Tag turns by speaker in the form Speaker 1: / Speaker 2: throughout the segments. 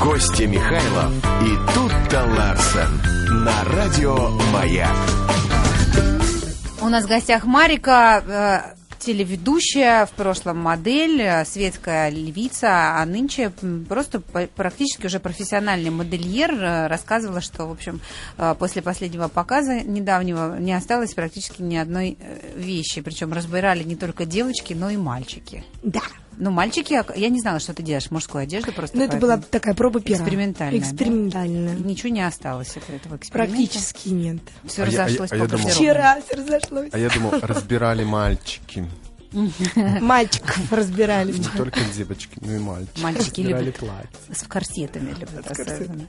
Speaker 1: Костя Михайлов и Тут-то Ларсен на радио «Маяк».
Speaker 2: У нас в гостях Марика, э, телеведущая, в прошлом модель, э, светская львица, а нынче м, просто по- практически уже профессиональный модельер э, рассказывала, что, в общем, э, после последнего показа недавнего не осталось практически ни одной э, вещи. Причем разбирали не только девочки, но и мальчики.
Speaker 3: Да.
Speaker 2: Ну, мальчики, ок- я не знала, что ты делаешь мужскую одежду просто.
Speaker 3: Но Ну, это
Speaker 2: поэтому
Speaker 3: была такая проба пера.
Speaker 2: Экспериментальная, да?
Speaker 3: Экспериментальная.
Speaker 2: Ничего не осталось от этого эксперимента.
Speaker 3: Практически нет.
Speaker 2: Все
Speaker 4: А я- а я-
Speaker 2: разошлось
Speaker 4: а я
Speaker 2: по
Speaker 4: думал-
Speaker 2: гардеробной.
Speaker 3: Вчера всё разошлось.
Speaker 4: А я думал, разбирали мальчики.
Speaker 3: Мальчиков разбирали.
Speaker 4: Не только девочки, но и мальчики.
Speaker 2: Мальчики
Speaker 4: Разбирали
Speaker 2: любят.
Speaker 4: платье.
Speaker 2: С корсетами любят особенно.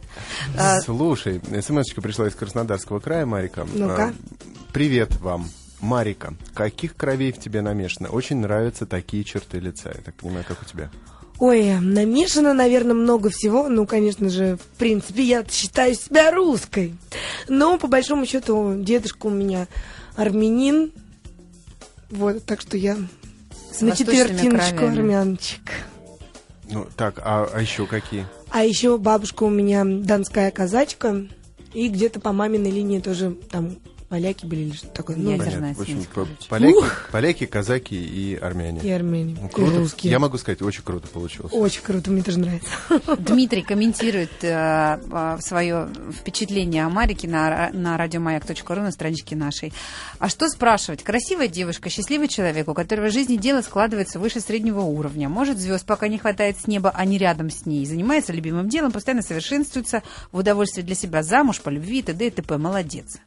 Speaker 3: А.
Speaker 4: Слушай, смс пришла из Краснодарского края, Марика.
Speaker 3: Ну-ка.
Speaker 4: А, Привет вам. Марика, каких кровей в тебе намешано? Очень нравятся такие черты лица. Я так понимаю, как у тебя.
Speaker 3: Ой, намешано, наверное, много всего. Ну, конечно же, в принципе, я считаю себя русской. Но, по большому счету, дедушка у меня армянин. Вот, так что я
Speaker 2: С
Speaker 3: на
Speaker 2: восточными
Speaker 3: четвертиночку
Speaker 2: кровями.
Speaker 3: армянчик.
Speaker 4: Ну, так, а, а еще какие?
Speaker 3: А еще бабушка у меня донская казачка. И где-то по маминой линии тоже там поляки были или что-то такое. Ну,
Speaker 2: Ядерная.
Speaker 4: В общем,
Speaker 2: смесь, короче.
Speaker 4: по- поляки, поляки, казаки и армяне.
Speaker 3: и армяне.
Speaker 4: Ну,
Speaker 3: И
Speaker 4: круто.
Speaker 3: русские.
Speaker 4: Я могу сказать, очень круто получилось.
Speaker 3: Очень круто, мне тоже нравится.
Speaker 2: Дмитрий комментирует э, а, свое впечатление о Марике на, ра- на радиомаяк.ру на страничке нашей. А что спрашивать? Красивая девушка, счастливый человек, у которого жизнь и дело складывается выше среднего уровня. Может, звезд пока не хватает с неба, а не рядом с ней. Занимается любимым делом, постоянно совершенствуется в удовольствие для себя. Замуж, по любви, т.д. и т.п. Молодец.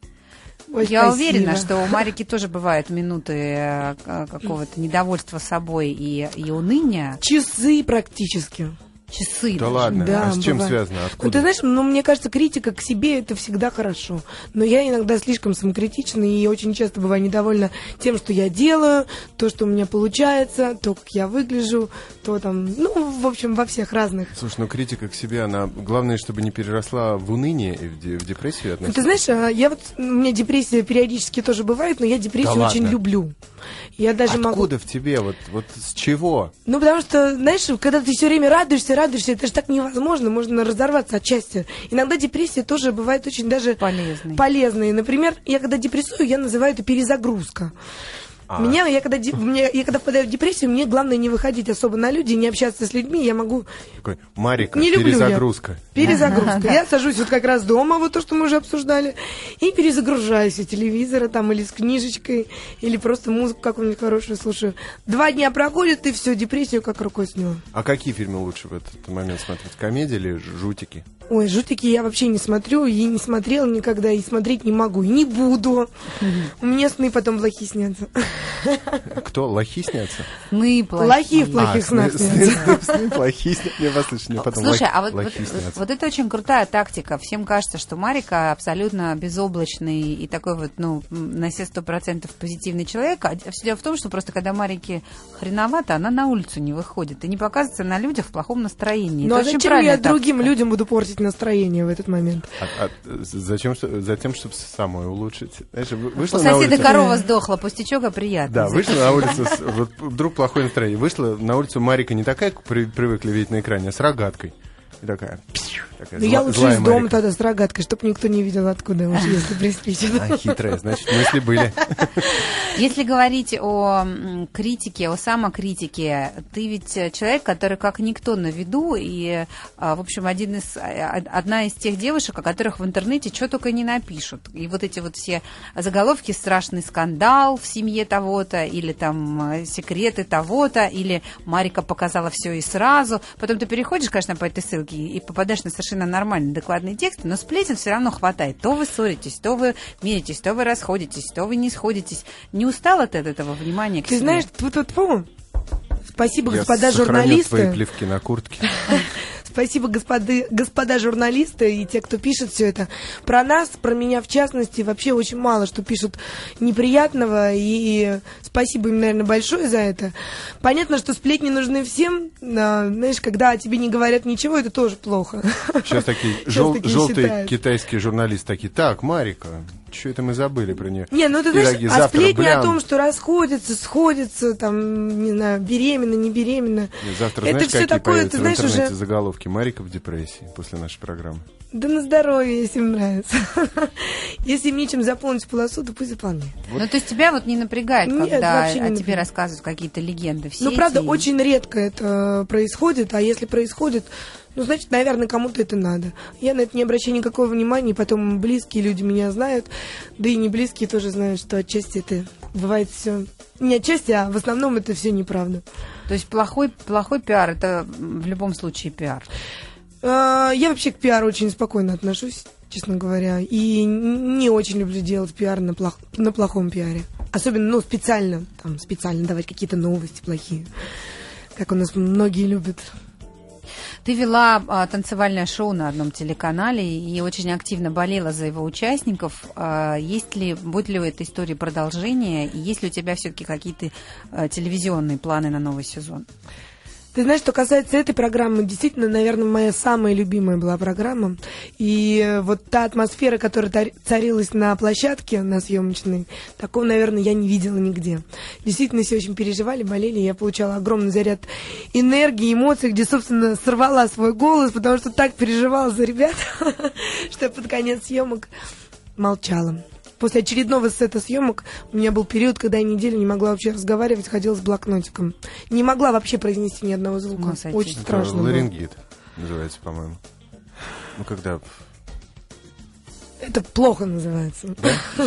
Speaker 3: Ой,
Speaker 2: Я
Speaker 3: спасибо.
Speaker 2: уверена, что у Марики тоже бывают минуты э, к- какого-то недовольства собой и, и уныния.
Speaker 3: Часы практически.
Speaker 2: Часы.
Speaker 4: Да
Speaker 2: даже.
Speaker 4: ладно,
Speaker 3: Да,
Speaker 4: а с чем
Speaker 3: бывает.
Speaker 4: связано?
Speaker 3: Ну, ты
Speaker 4: Откуда?
Speaker 3: знаешь, ну, мне кажется, критика к себе это всегда хорошо. Но я иногда слишком самокритична и очень часто бываю недовольна тем, что я делаю, то, что у меня получается, то, как я выгляжу, то там, ну, в общем, во всех разных.
Speaker 4: Слушай, ну критика к себе, она... Главное, чтобы не переросла в уныние и в, де- в депрессию
Speaker 3: Ну,
Speaker 4: относительно.
Speaker 3: ты знаешь, а, я вот, у меня депрессия периодически тоже бывает, но я депрессию
Speaker 4: Да
Speaker 3: очень
Speaker 4: ладно?
Speaker 3: люблю. Я даже могу...
Speaker 4: Откуда в тебе? Вот, вот с чего?
Speaker 3: Ну, потому что, знаешь, когда ты все время радуешься, радуешься, это же так невозможно, можно разорваться от счастья. Иногда депрессия тоже бывает очень даже
Speaker 2: Полезной.
Speaker 3: полезной. Например, я когда депрессую, я называю это перезагрузка. Меня, я когда, де- у меня- я когда впадаю в депрессию, мне главное не выходить особо на люди, не общаться с людьми, я могу...
Speaker 4: Такой, Марика,
Speaker 3: Э, Не люблю я.
Speaker 4: перезагрузка.
Speaker 3: Перезагрузка. Я сажусь вот как раз дома, вот то, что мы уже обсуждали, и перезагружаюсь у телевизора там или с книжечкой, или просто музыку какую-нибудь хорошую слушаю. Два дня проходит, и все, депрессию как рукой сняла.
Speaker 4: А какие фильмы лучше в этот момент смотреть? Комедии или жутики?
Speaker 3: Ой, жутики я вообще не смотрю, и не смотрела никогда, и смотреть не могу, и не буду. У меня сны потом плохие снятся.
Speaker 4: Кто? Лохи снятся?
Speaker 2: Сны плохие.
Speaker 3: Плохие в плохих
Speaker 4: А,
Speaker 3: снах
Speaker 4: сны-
Speaker 3: снятся.
Speaker 4: сны- сны плохие снятся. Мне вас слышно, мне потом
Speaker 2: Слушай,
Speaker 4: лохи-
Speaker 2: а вот,
Speaker 4: лохи
Speaker 2: вот-
Speaker 4: снятся.
Speaker 2: вот это очень крутая тактика. Всем кажется, что Марика абсолютно безоблачный и такой вот, ну, м, на все сто процентов позитивный человек. А все дело в том, что просто когда Марике хреновато, она на улицу не выходит и не показывается на людях в плохом настроении.
Speaker 3: Ну
Speaker 2: Это
Speaker 3: а
Speaker 2: очень
Speaker 3: зачем
Speaker 2: правильная
Speaker 3: я другим
Speaker 2: тактика.
Speaker 3: людям буду портить настроение в этот момент?
Speaker 4: А- а зачем? что- Затем, чтобы самой улучшить. Знаешь, вы-
Speaker 2: У
Speaker 4: вышла на
Speaker 2: соседа
Speaker 4: улицу...
Speaker 2: корова сдохла, пустячок, а приятно.
Speaker 4: Да, вышла на улицу, с- вот вдруг плохое настроение. Вышла на улицу Марика не такая, как при- привыкли видеть на экране, а с рогаткой. И такая... псих, такая
Speaker 3: Да Ну, я
Speaker 4: зла-
Speaker 3: лучше
Speaker 4: злая
Speaker 3: из дома
Speaker 4: Марика.
Speaker 3: тогда с рогаткой, чтобы никто не видел, откуда уж, если приспичит.
Speaker 4: А хитрая, значит, мысли были.
Speaker 2: Если говорить о м, критике, о самокритике, ты ведь э, человек, который как никто на виду, и, а, в общем, один из, а, а, одна из тех девушек, о которых в интернете что только не напишут. И вот эти вот все заголовки «Страшный скандал в семье того-то», или там э, «Секреты того-то», или «Марика показала все и сразу». Потом ты переходишь, конечно, по этой ссылке и попадаешь на совершенно нормальный, адекватный текст, но сплетен все равно хватает. То вы ссоритесь, то вы миритесь, то вы расходитесь, то вы не сходитесь. Не устала ты от этого внимания к
Speaker 3: Ты
Speaker 2: себе?
Speaker 3: знаешь, тут вот, фу. Спасибо,
Speaker 4: Я
Speaker 3: Ну, господа
Speaker 4: сохраню твои
Speaker 3: журналисты.
Speaker 4: плевки на куртке.
Speaker 3: Спасибо, господы, господа журналисты и те, кто пишет все это. Про нас, про меня в частности, вообще очень мало, что пишут неприятного. И спасибо им, наверное, большое за это. Понятно, что сплетни нужны всем. а, Знаешь, когда о тебе не говорят ничего, это тоже плохо.
Speaker 4: Сейчас такие
Speaker 3: Сейчас
Speaker 4: жел-
Speaker 3: такие
Speaker 4: желтые
Speaker 3: считают.
Speaker 4: китайские журналисты такие. Так, Марика, что это мы забыли про нее.
Speaker 3: Не, ну ты знаешь,
Speaker 4: Пироги
Speaker 3: а
Speaker 4: завтра,
Speaker 3: сплетни
Speaker 4: блин.
Speaker 3: о том, что расходятся, сходятся, там, не знаю, беременна, не беременна.
Speaker 4: Нет, Завтра,
Speaker 3: это
Speaker 4: знаешь,
Speaker 3: все
Speaker 4: какие
Speaker 3: такое,
Speaker 4: появятся
Speaker 3: ты знаешь,
Speaker 4: в интернете
Speaker 3: уже-
Speaker 4: заголовки? Марика в депрессии после нашей программы.
Speaker 3: Да на здоровье, если им нравится. Если им нечем заполнить полосу, то пусть заполняет.
Speaker 2: Ну, то есть тебя вот не напрягает,
Speaker 3: Нет,
Speaker 2: когда
Speaker 3: вообще не
Speaker 2: о тебе
Speaker 3: напрягает.
Speaker 2: рассказывают какие-то легенды в
Speaker 3: Ну,
Speaker 2: сети
Speaker 3: правда,
Speaker 2: и-
Speaker 3: очень редко это происходит, а если происходит, ну, значит, наверное, кому-то это надо. Я на это не обращаю никакого внимания, и потом близкие люди меня знают, да и не близкие тоже знают, что отчасти это бывает все... Не отчасти, а в основном это все неправда.
Speaker 2: То есть плохой, плохой пиар, это м, в любом случае пиар.
Speaker 3: Э, Я вообще к пиару очень спокойно отношусь, честно говоря, и н- не очень люблю делать пиар на, плох- на плохом пиаре. Особенно, ну, специально, там, специально давать какие-то новости плохие, как у нас многие любят.
Speaker 2: Ты вела а, танцевальное шоу на одном телеканале и очень активно болела за его участников. А, есть ли, будет ли у этой истории продолжение? И есть ли у тебя все-таки какие-то а, телевизионные планы на новый сезон?
Speaker 3: Ты знаешь, что касается этой программы, действительно, наверное, моя самая любимая была программа. И э, вот та атмосфера, которая тари- царилась на площадке, на съемочной, такого, наверное, я не видела нигде. Действительно, все очень переживали, болели. Я получала огромный заряд энергии, эмоций, где, собственно, сорвала свой голос, потому что так переживала за ребят, что я под конец съемок молчала. После очередного сета съемок у меня был период, когда я неделю не могла вообще разговаривать, ходила с блокнотиком. Не могла вообще произнести ни одного звука.
Speaker 2: Ну, сойти.
Speaker 3: Очень
Speaker 2: Это
Speaker 3: страшно. было.
Speaker 4: ларингит называется, по-моему. Ну, когда...
Speaker 3: Это плохо называется.
Speaker 4: Я,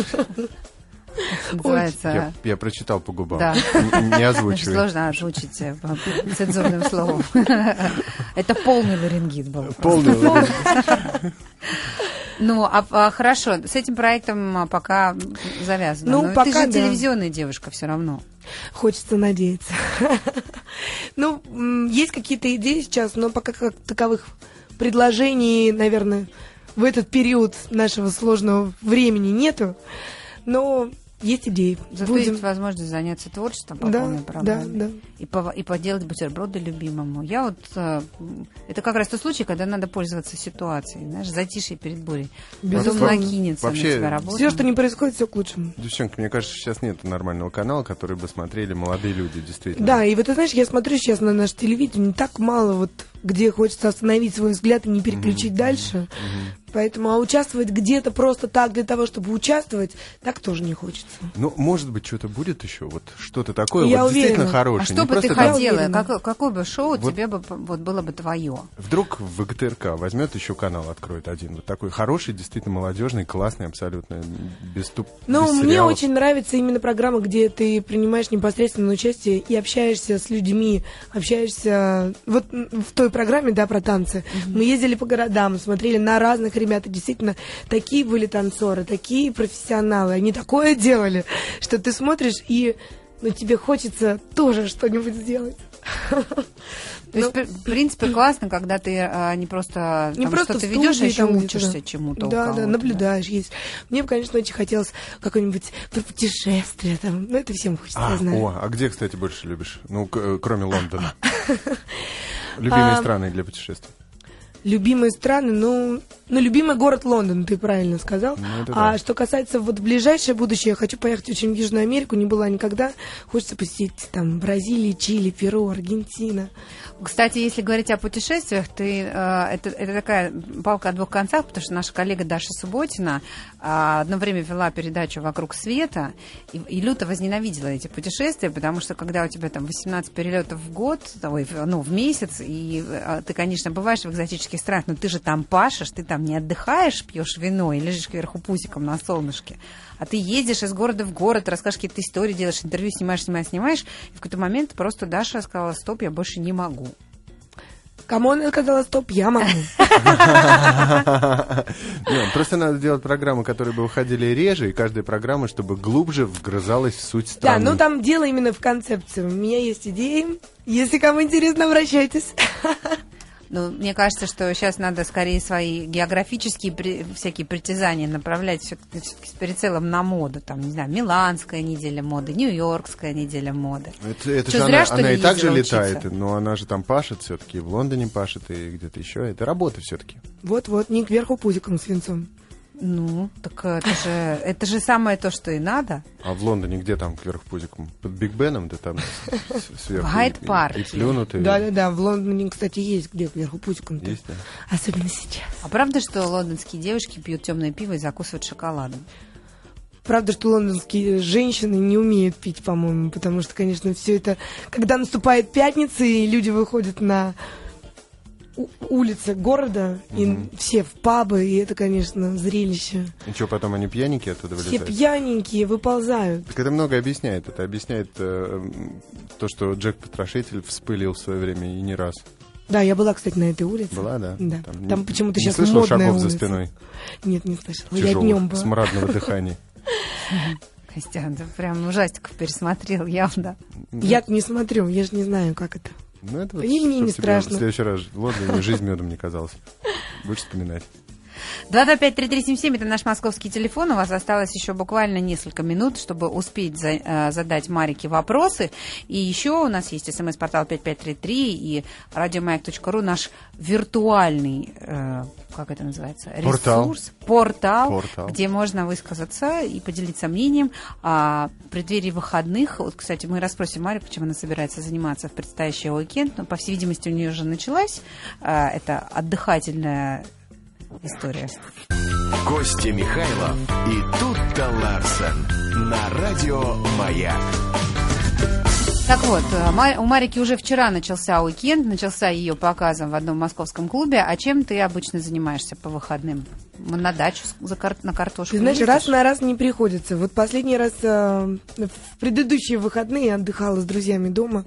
Speaker 2: Называется...
Speaker 4: я прочитал по губам.
Speaker 2: Да.
Speaker 4: Н- Не
Speaker 2: Очень
Speaker 4: озвучивай.
Speaker 2: сложно озвучить э, по- по- цензурным словом. Это полный ларингит был.
Speaker 4: Полный ларингит.
Speaker 2: Ну, а, а, хорошо, с этим проектом а, пока завязано.
Speaker 3: Ну,
Speaker 2: Но ты
Speaker 3: пока
Speaker 2: же
Speaker 3: да.
Speaker 2: телевизионная девушка все равно.
Speaker 3: Хочется надеяться. Ну, м, есть какие-то идеи сейчас, но пока как таковых предложений, наверное, в этот период нашего сложного времени нету. Но есть идеи.
Speaker 2: Зато
Speaker 3: Будем.
Speaker 2: есть возможность заняться творчеством по
Speaker 3: Да,
Speaker 2: полной
Speaker 3: да,
Speaker 2: программе.
Speaker 3: да.
Speaker 2: И, пов- и поделать бутерброды любимому. Я вот... э, м, это как раз тот случай, когда надо пользоваться ситуацией. Знаешь, затишье перед бурей. Потом
Speaker 3: Безусловно.
Speaker 2: накинется
Speaker 4: Вообще,
Speaker 2: на тебя работа.
Speaker 3: Все, что не происходит, все к лучшему.
Speaker 4: Девчонки, мне кажется, сейчас нет нормального канала, который бы смотрели молодые люди, действительно.
Speaker 3: Да, и вот ты знаешь, я смотрю сейчас на наше телевидение, так мало вот, где хочется остановить свой взгляд и не переключить дальше. Поэтому, а участвовать где-то просто так для того, чтобы участвовать, так тоже не хочется.
Speaker 4: Ну, может быть, что-то будет еще, вот что-то такое,
Speaker 3: Я
Speaker 4: вот действительно
Speaker 3: уверена.
Speaker 4: хорошее.
Speaker 2: А
Speaker 4: не
Speaker 2: что бы
Speaker 4: просто
Speaker 2: ты
Speaker 4: там-
Speaker 3: так.
Speaker 2: хотела?
Speaker 3: Я
Speaker 2: Как- какое бы шоу
Speaker 4: Вот-
Speaker 2: тебе бы п- вот было бы твое?
Speaker 4: Вдруг в ГТРК возьмет еще канал, откроет один. Вот такой хороший, действительно молодежный, классный, абсолютно без туп.
Speaker 3: Но
Speaker 4: без
Speaker 3: Ну, мне
Speaker 4: сериалов.
Speaker 3: очень нравится именно программа, где ты принимаешь непосредственное участие и общаешься с людьми, общаешься э, вот м, в той программе, да, про танцы. Мы ездили по городам, смотрели на разных ребят, и действительно такие были танцоры, такие профессионалы, они такое делали, что ты смотришь и ну, тебе хочется тоже что-нибудь сделать. Ну,
Speaker 2: То есть, пр- в принципе, классно, когда ты а, не просто,
Speaker 3: Не
Speaker 2: там
Speaker 3: просто
Speaker 2: что-то
Speaker 3: в
Speaker 2: ведешь, а
Speaker 3: студии
Speaker 2: еще
Speaker 3: там
Speaker 2: учишься
Speaker 3: где-то.
Speaker 2: чему-то. у
Speaker 3: Да,
Speaker 2: кого-то,
Speaker 3: да, наблюдаешь, есть. Мне бы, конечно, очень хотелось какое-нибудь про путешествие там. Ну, это всем хочется,
Speaker 4: А,
Speaker 3: я знаю.
Speaker 4: о, а где, кстати, больше любишь? Ну, к- э, кроме Лондона. Любимые
Speaker 3: А.
Speaker 4: страны для путешествий.
Speaker 3: Любимые страны, ну, ну, любимый город Лондон, ты правильно сказал.
Speaker 4: Ну, это да.
Speaker 3: а что касается вот ближайшее будущее, я хочу поехать очень в Южную Америку, не была никогда. Хочется посетить там Бразилию, Чили, Перу, Аргентина.
Speaker 2: Кстати, если говорить о путешествиях, ты, э, это, это такая палка о двух концах, потому что наша коллега Даша Субботина а, одно время вела передачу «Вокруг света» и, и люто возненавидела эти путешествия, потому что когда у тебя там 18 перелетов в год, ой, в- ну, в месяц, и э, ты, конечно, бываешь в экзотических странах, но ты же там пашешь, ты там не отдыхаешь, пьешь вино и лежишь кверху пузиком на солнышке, а ты едешь из города в город, расскажешь какие-то истории, делаешь интервью, снимаешь, снимаешь, снимаешь, и в какой-то момент просто Даша сказала, стоп, я больше не могу.
Speaker 3: Кому она сказала, стоп, я могу.
Speaker 4: Не, Просто надо делать программы, которые бы выходили реже, и каждая программа, чтобы глубже вгрызалась в суть
Speaker 3: Да,
Speaker 4: страны.
Speaker 3: ну там дело именно в концепции. У меня есть идеи. Если кому интересно, обращайтесь.
Speaker 2: Ну, мне кажется, что сейчас надо скорее свои географические при- всякие притязания направлять все-таки, с прицелом на моду. Там, не знаю, Миланская неделя моды, Нью-Йоркская неделя моды.
Speaker 4: Это, это
Speaker 2: Что,
Speaker 4: же
Speaker 2: зря,
Speaker 4: она,
Speaker 2: что ли,
Speaker 4: она и так же
Speaker 2: ездила учиться?
Speaker 4: летает, но она же там пашет все-таки, в Лондоне пашет и где-то еще. Это работа все-таки.
Speaker 3: Вот-вот, не кверху пузиком свинцом.
Speaker 2: Ну, так это же, это же самое то, что и надо.
Speaker 4: А в Лондоне где там кверх пузиком? Под Биг Беном, да там с- сверху.
Speaker 2: В Хайд
Speaker 4: и- и-
Speaker 2: Парке.
Speaker 4: И плюнутые.
Speaker 3: Да-да-да, в Лондоне, кстати, есть где вверху путиком.
Speaker 4: Есть, да?
Speaker 3: Особенно сейчас.
Speaker 2: А правда, что лондонские девушки пьют темное пиво и закусывают шоколадом?
Speaker 3: Правда, что лондонские женщины не умеют пить, по-моему, потому что, конечно, все это... Когда наступает пятница, и люди выходят на у- улицы города, и все в пабы, и это, конечно, зрелище.
Speaker 4: И что, потом они пьяненькие оттуда
Speaker 3: Все
Speaker 4: вылезают?
Speaker 3: пьяненькие выползают.
Speaker 4: Так это многое объясняет. Это объясняет э, м, то, что Джек Потрошитель вспылил в свое время и не раз.
Speaker 3: Да, я была, кстати, на этой улице.
Speaker 4: Была, да?
Speaker 3: Да. Там,
Speaker 4: не-
Speaker 3: почему-то
Speaker 4: не
Speaker 3: сейчас
Speaker 4: слышала
Speaker 3: модная
Speaker 4: шагов за
Speaker 3: улица.
Speaker 4: спиной
Speaker 3: Нет, не слышала. я днем
Speaker 4: тяжелых,
Speaker 3: была.
Speaker 4: смрадного дыхания.
Speaker 2: Костян, ты прям ну, ужастиков пересмотрел явно.
Speaker 3: я не смотрю, я же не знаю, как это.
Speaker 4: Ну, это вот,
Speaker 3: И мне
Speaker 4: чтоб
Speaker 3: не
Speaker 4: тебе
Speaker 3: страшно.
Speaker 4: В следующий раз в Лондоне жизнь медом не казалась. Будешь вспоминать.
Speaker 2: 225-3377 это наш московский телефон. У вас осталось еще буквально несколько минут, чтобы успеть за- э, задать Марике вопросы. И еще у нас есть смс-портал 5533 и радиомаяк.ру наш виртуальный, э, как это называется,
Speaker 4: Портал.
Speaker 2: ресурс, портал,
Speaker 4: Портал.
Speaker 2: где можно высказаться и поделиться мнением а, в преддверии выходных. Вот, кстати, мы расспросим Марию, чем она собирается заниматься в предстоящий уикенд. Но, по всей видимости, у нее уже началась а, эта отдыхательная история.
Speaker 1: Костя Михайлов и Тутта Ларсен на радио Маяк.
Speaker 2: Так вот, э, Ма- у Марики уже вчера начался уикенд, начался ее показом в одном московском клубе. А чем ты обычно занимаешься по выходным? М, На дачу с- за кар- на картошку?
Speaker 3: Ты знаешь,
Speaker 2: ездишь?
Speaker 3: раз на раз не приходится. Вот последний раз э, в предыдущие выходные я отдыхала с друзьями дома.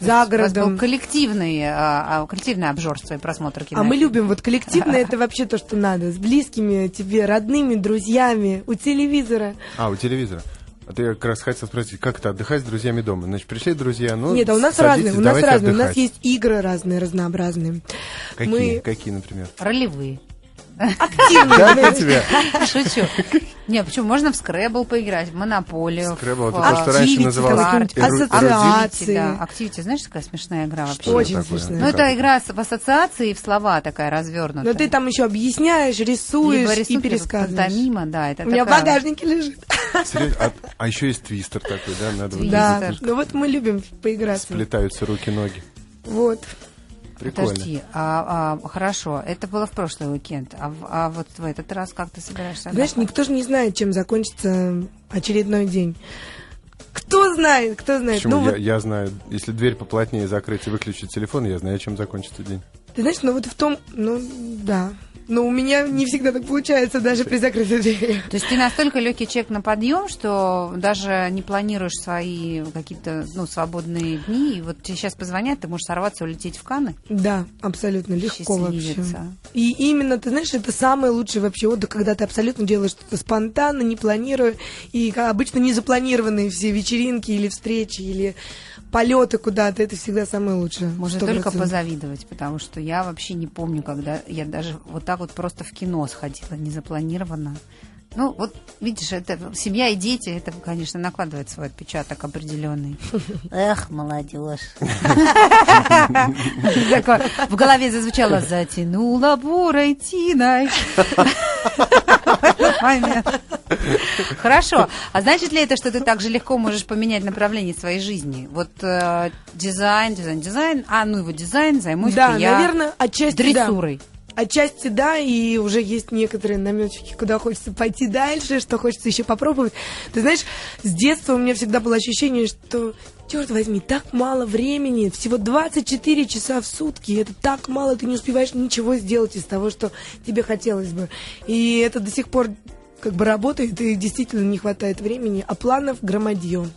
Speaker 3: За
Speaker 2: У вас был
Speaker 3: городом.
Speaker 2: коллективный, э, а, коллективное обжорство и просмотр кино.
Speaker 3: А мы любим вот коллективное, это вообще то, что надо. С близкими тебе, родными, друзьями, у телевизора.
Speaker 4: А, у телевизора. А ты как раз хотел спросить, как это отдыхать с друзьями дома? Значит, пришли друзья, ну,
Speaker 3: Нет, а у нас
Speaker 4: садитесь,
Speaker 3: разные, у нас
Speaker 4: давайте
Speaker 3: разные. У нас
Speaker 4: отдыхать.
Speaker 3: есть игры разные, разнообразные.
Speaker 4: Какие,
Speaker 3: Мы
Speaker 4: какие, например?
Speaker 2: Ролевые.
Speaker 3: активные.
Speaker 4: Да, для
Speaker 3: знаете.
Speaker 4: тебя.
Speaker 2: Шучу. Не, почему? Можно в скребл поиграть, в монополию. в,
Speaker 4: Скребл, это то, что
Speaker 2: а,
Speaker 4: раньше
Speaker 3: Активити,
Speaker 4: называлось
Speaker 3: какие-нибудь
Speaker 4: эру-
Speaker 3: ассоциации.
Speaker 4: эрудит.
Speaker 2: Активити, да. Активити, знаешь, такая смешная игра вообще?
Speaker 4: Что
Speaker 3: А, Очень
Speaker 4: это такое?
Speaker 3: смешная.
Speaker 2: Ну,
Speaker 3: Ну,
Speaker 2: это игра с- в ассоциации и в слова такая
Speaker 3: Но
Speaker 2: развернутая.
Speaker 3: Ну, ты там еще объясняешь, рисуешь
Speaker 2: Либо
Speaker 3: и
Speaker 2: рисунки, либо
Speaker 3: пересказываешь.
Speaker 2: пантомима, да, это
Speaker 3: У меня в
Speaker 2: такая-
Speaker 3: багажнике лежит.
Speaker 4: Серьезно? А, еще есть твистер такой, да? Надо вот
Speaker 2: Твистер.
Speaker 3: Да,
Speaker 2: Твистер.
Speaker 3: ну вот мы любим поиграться.
Speaker 4: сплетаются руки-ноги.
Speaker 3: Вот.
Speaker 4: Прикольно.
Speaker 2: Подожди, а, а, хорошо, это было в прошлый уикенд, а, в- а вот в этот раз как ты собираешься?
Speaker 3: Знаешь,
Speaker 2: отдохнуть?
Speaker 3: никто же не знает, чем закончится очередной день. Кто знает, кто знает.
Speaker 4: Почему?
Speaker 3: Ну
Speaker 4: я,
Speaker 3: вот,
Speaker 4: я знаю, если дверь поплотнее закрыть и выключить телефон, я знаю, чем закончится день.
Speaker 3: ты знаешь, ну вот в том, ну да. Но у меня не всегда так получается, даже при закрытой двери.
Speaker 2: То есть ты настолько легкий человек на подъем, что даже не планируешь свои какие-то ну, свободные дни, и вот тебе сейчас позвонят, ты можешь сорваться и улететь в Каны.
Speaker 3: Да, абсолютно легко вообще.
Speaker 2: Счастливица.
Speaker 3: И именно, ты знаешь, это самый лучший вообще отдых, когда ты абсолютно делаешь что-то спонтанно, не планируя. И ка- обычно незапланированные все вечеринки или встречи, или полеты куда-то, это всегда самое лучшее.
Speaker 2: Можно
Speaker 3: Сто
Speaker 2: только
Speaker 3: процентов.
Speaker 2: позавидовать, потому что я вообще не помню, когда я даже вот так вот просто в кино сходила, незапланированно. Ну, вот видишь, это семья и дети, это, конечно, накладывает свой отпечаток определенный. Эх, молодежь. Такое В голове зазвучало «Затянула бурой тиной». Момент. Хорошо. А значит ли это, что ты так же легко можешь поменять направление своей жизни? Вот э, дизайн, дизайн, дизайн. А, ну его дизайн, займусь
Speaker 3: Да,
Speaker 2: я
Speaker 3: наверное, отчасти да.
Speaker 2: дрессурой.
Speaker 3: Отчасти да, и уже есть некоторые наметчики, куда хочется пойти дальше, что хочется еще попробовать. Ты знаешь, с детства у меня всегда было ощущение, что, черт возьми, так мало времени, всего 24 часа в сутки, это так мало, ты не успеваешь ничего сделать из того, что тебе хотелось бы. И это до сих пор как бы работает, и действительно не хватает времени, а планов громадье.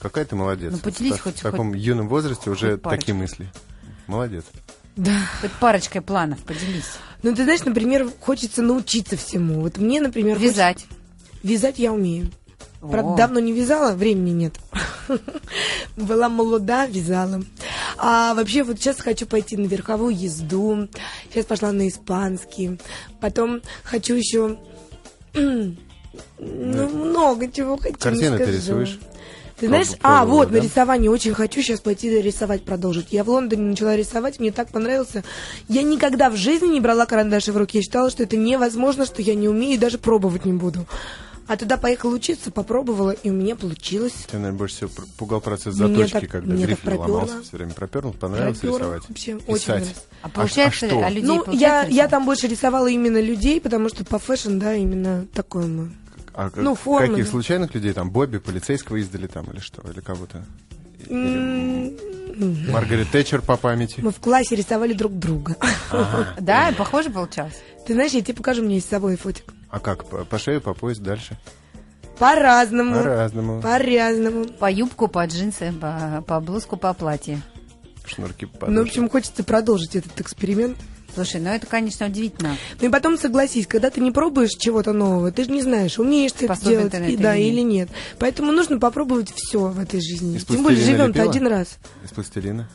Speaker 4: Какая ты молодец.
Speaker 2: Ну, поделись
Speaker 4: в,
Speaker 2: хоть-
Speaker 4: в таком юном возрасте уже
Speaker 2: парочкой.
Speaker 4: такие мысли. Молодец.
Speaker 3: Да.
Speaker 2: Хоть парочкой планов поделись.
Speaker 3: Ну, ты знаешь, например, хочется научиться всему. Вот мне, например, хочется-
Speaker 2: Вязать.
Speaker 3: Вязать я умею. Правда,
Speaker 2: О.
Speaker 3: давно не вязала, времени нет. Была молода, вязала. А вообще вот сейчас хочу пойти на верховую езду. Сейчас пошла на испанский. Потом хочу еще... Ну, много чего хочу. не
Speaker 4: Картины ты
Speaker 3: скажу.
Speaker 4: рисуешь?
Speaker 3: Ты знаешь,
Speaker 4: Пробовала,
Speaker 3: а, вот,
Speaker 4: да?
Speaker 3: на рисование очень хочу сейчас пойти рисовать продолжить. Я в Лондоне начала рисовать, мне так понравился. Я никогда в жизни не брала карандаши в руки. Я считала, что это невозможно, что я не умею и даже пробовать не буду. А туда поехала учиться, попробовала, и у меня получилось.
Speaker 4: Ты, наверное, больше всего пр- пугал процесс
Speaker 3: Мне
Speaker 4: заточки,
Speaker 3: так-
Speaker 4: когда
Speaker 3: мне так
Speaker 4: грифель
Speaker 3: пропёрло.
Speaker 4: ломался, все время проперло, понравилось
Speaker 3: Пропёрло.
Speaker 4: рисовать?
Speaker 3: Вообще,
Speaker 4: Писать?
Speaker 3: очень нравится.
Speaker 2: А получается,
Speaker 4: а что?
Speaker 2: а людей
Speaker 3: ну, я,
Speaker 2: получается
Speaker 3: я
Speaker 2: рисовать?
Speaker 3: там больше рисовала именно людей, потому что по фэшн, да, именно такое мы.
Speaker 4: А к-
Speaker 3: ну, формы,
Speaker 4: Каких
Speaker 3: да.
Speaker 4: случайных людей там? Бобби, полицейского издали там или что? Или кого-то? Или
Speaker 3: М,
Speaker 4: Маргарет Тэтчер по памяти?
Speaker 3: Мы в классе рисовали друг друга.
Speaker 2: А. Да, похоже получалось.
Speaker 3: Ты знаешь, я тебе покажу, у меня есть с собой фотик.
Speaker 4: А как? По, по шею, по пояс, дальше?
Speaker 3: По-разному.
Speaker 4: По-разному.
Speaker 3: По-разному. Ну,
Speaker 2: По юбку, по джинсы, по, по блузку, по платье.
Speaker 4: Шнурки по
Speaker 3: Ну, в общем, хочется продолжить этот эксперимент.
Speaker 2: Слушай, ну это, конечно, удивительно.
Speaker 3: Ну и потом согласись, когда ты не пробуешь чего-то нового, ты же не знаешь, умеешь ты это
Speaker 2: Способен
Speaker 3: делать,
Speaker 2: ты на
Speaker 3: и-
Speaker 2: это
Speaker 3: да,
Speaker 2: или
Speaker 3: или нет. Поэтому нужно попробовать все в этой жизни.
Speaker 4: Из
Speaker 3: Тем более
Speaker 4: пластилина
Speaker 3: живем-то
Speaker 4: лепила?
Speaker 3: один раз.
Speaker 4: Из пластилина?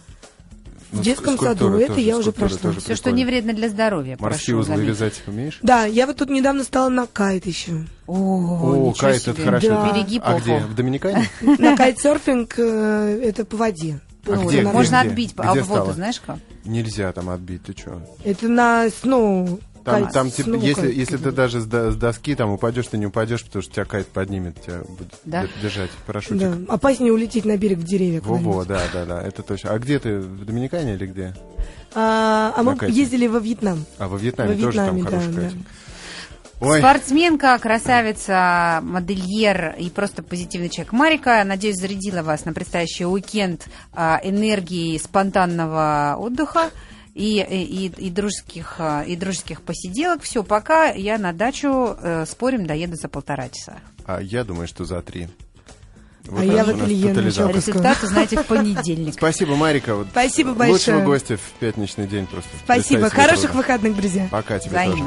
Speaker 3: В
Speaker 4: Ну,
Speaker 3: детском
Speaker 4: ск-
Speaker 3: саду,
Speaker 4: скульптура
Speaker 3: это я уже
Speaker 4: скульптура
Speaker 3: прошла.
Speaker 4: тоже
Speaker 2: Все, что
Speaker 4: прикольно.
Speaker 2: не вредно для здоровья.
Speaker 4: Морские
Speaker 2: прошу
Speaker 4: узлы
Speaker 2: заметить.
Speaker 4: вязать умеешь?
Speaker 3: Да, я вот тут недавно стала на кайт еще.
Speaker 2: О,
Speaker 4: О,
Speaker 2: ничего
Speaker 4: кайт,
Speaker 2: себе.
Speaker 4: это хорошо.
Speaker 3: Да.
Speaker 2: Береги
Speaker 4: А
Speaker 2: попу.
Speaker 4: где? В Доминикане?
Speaker 3: На кайтсерфинг э, это по воде.
Speaker 4: А
Speaker 3: Ну,
Speaker 4: где,
Speaker 3: это
Speaker 4: где,
Speaker 3: нормально.
Speaker 2: Можно отбить по- а
Speaker 4: Где
Speaker 2: в воду,
Speaker 4: стало?
Speaker 2: знаешь как?
Speaker 4: Нельзя там отбить, ты чё?
Speaker 3: Это на сноу.
Speaker 4: Там,
Speaker 3: кайт,
Speaker 4: там типа,
Speaker 3: сноу
Speaker 4: если,
Speaker 3: кайт.
Speaker 4: если ты даже с, до- с доски там упадешь, ты не упадешь, потому что тебя кайт поднимет, тебя будет
Speaker 2: Да?
Speaker 4: д- держать парашютик.
Speaker 3: Да, опаснее улететь на берег в деревья.
Speaker 4: Во-во,
Speaker 3: куда-нибудь.
Speaker 4: да, да, да, это точно. А где ты, в Доминикане или где?
Speaker 3: А, а мы
Speaker 4: На кайте.
Speaker 3: ездили во Вьетнам.
Speaker 4: А во Вьетнаме,
Speaker 3: Во
Speaker 4: тоже там
Speaker 3: Вьетнаме,
Speaker 4: хороший
Speaker 3: да,
Speaker 4: кайт.
Speaker 3: да.
Speaker 4: Ой,
Speaker 2: Спортсменка, красавица, модельер и просто позитивный человек Марика, надеюсь, зарядила вас на предстоящий уикенд а, энергией спонтанного отдыха и, и, и- и дружеских, а, и дружеских посиделок. Все, пока я на дачу, э, спорим, доеду за полтора часа.
Speaker 4: а я думаю, что за три.
Speaker 3: А я
Speaker 4: так
Speaker 3: в
Speaker 4: у нас
Speaker 3: ателье
Speaker 4: тотализатор.
Speaker 3: начала.
Speaker 2: Результат узнаете в понедельник.
Speaker 4: Спасибо, Марика. Вот
Speaker 3: Спасибо
Speaker 4: Лучшего
Speaker 3: большое.
Speaker 4: гостя в пятничный день просто.
Speaker 3: Спасибо.
Speaker 4: Представь себе
Speaker 3: Хороших
Speaker 4: трудно.
Speaker 3: выходных, друзья.
Speaker 4: Пока тебе тоже.
Speaker 2: Взаимно.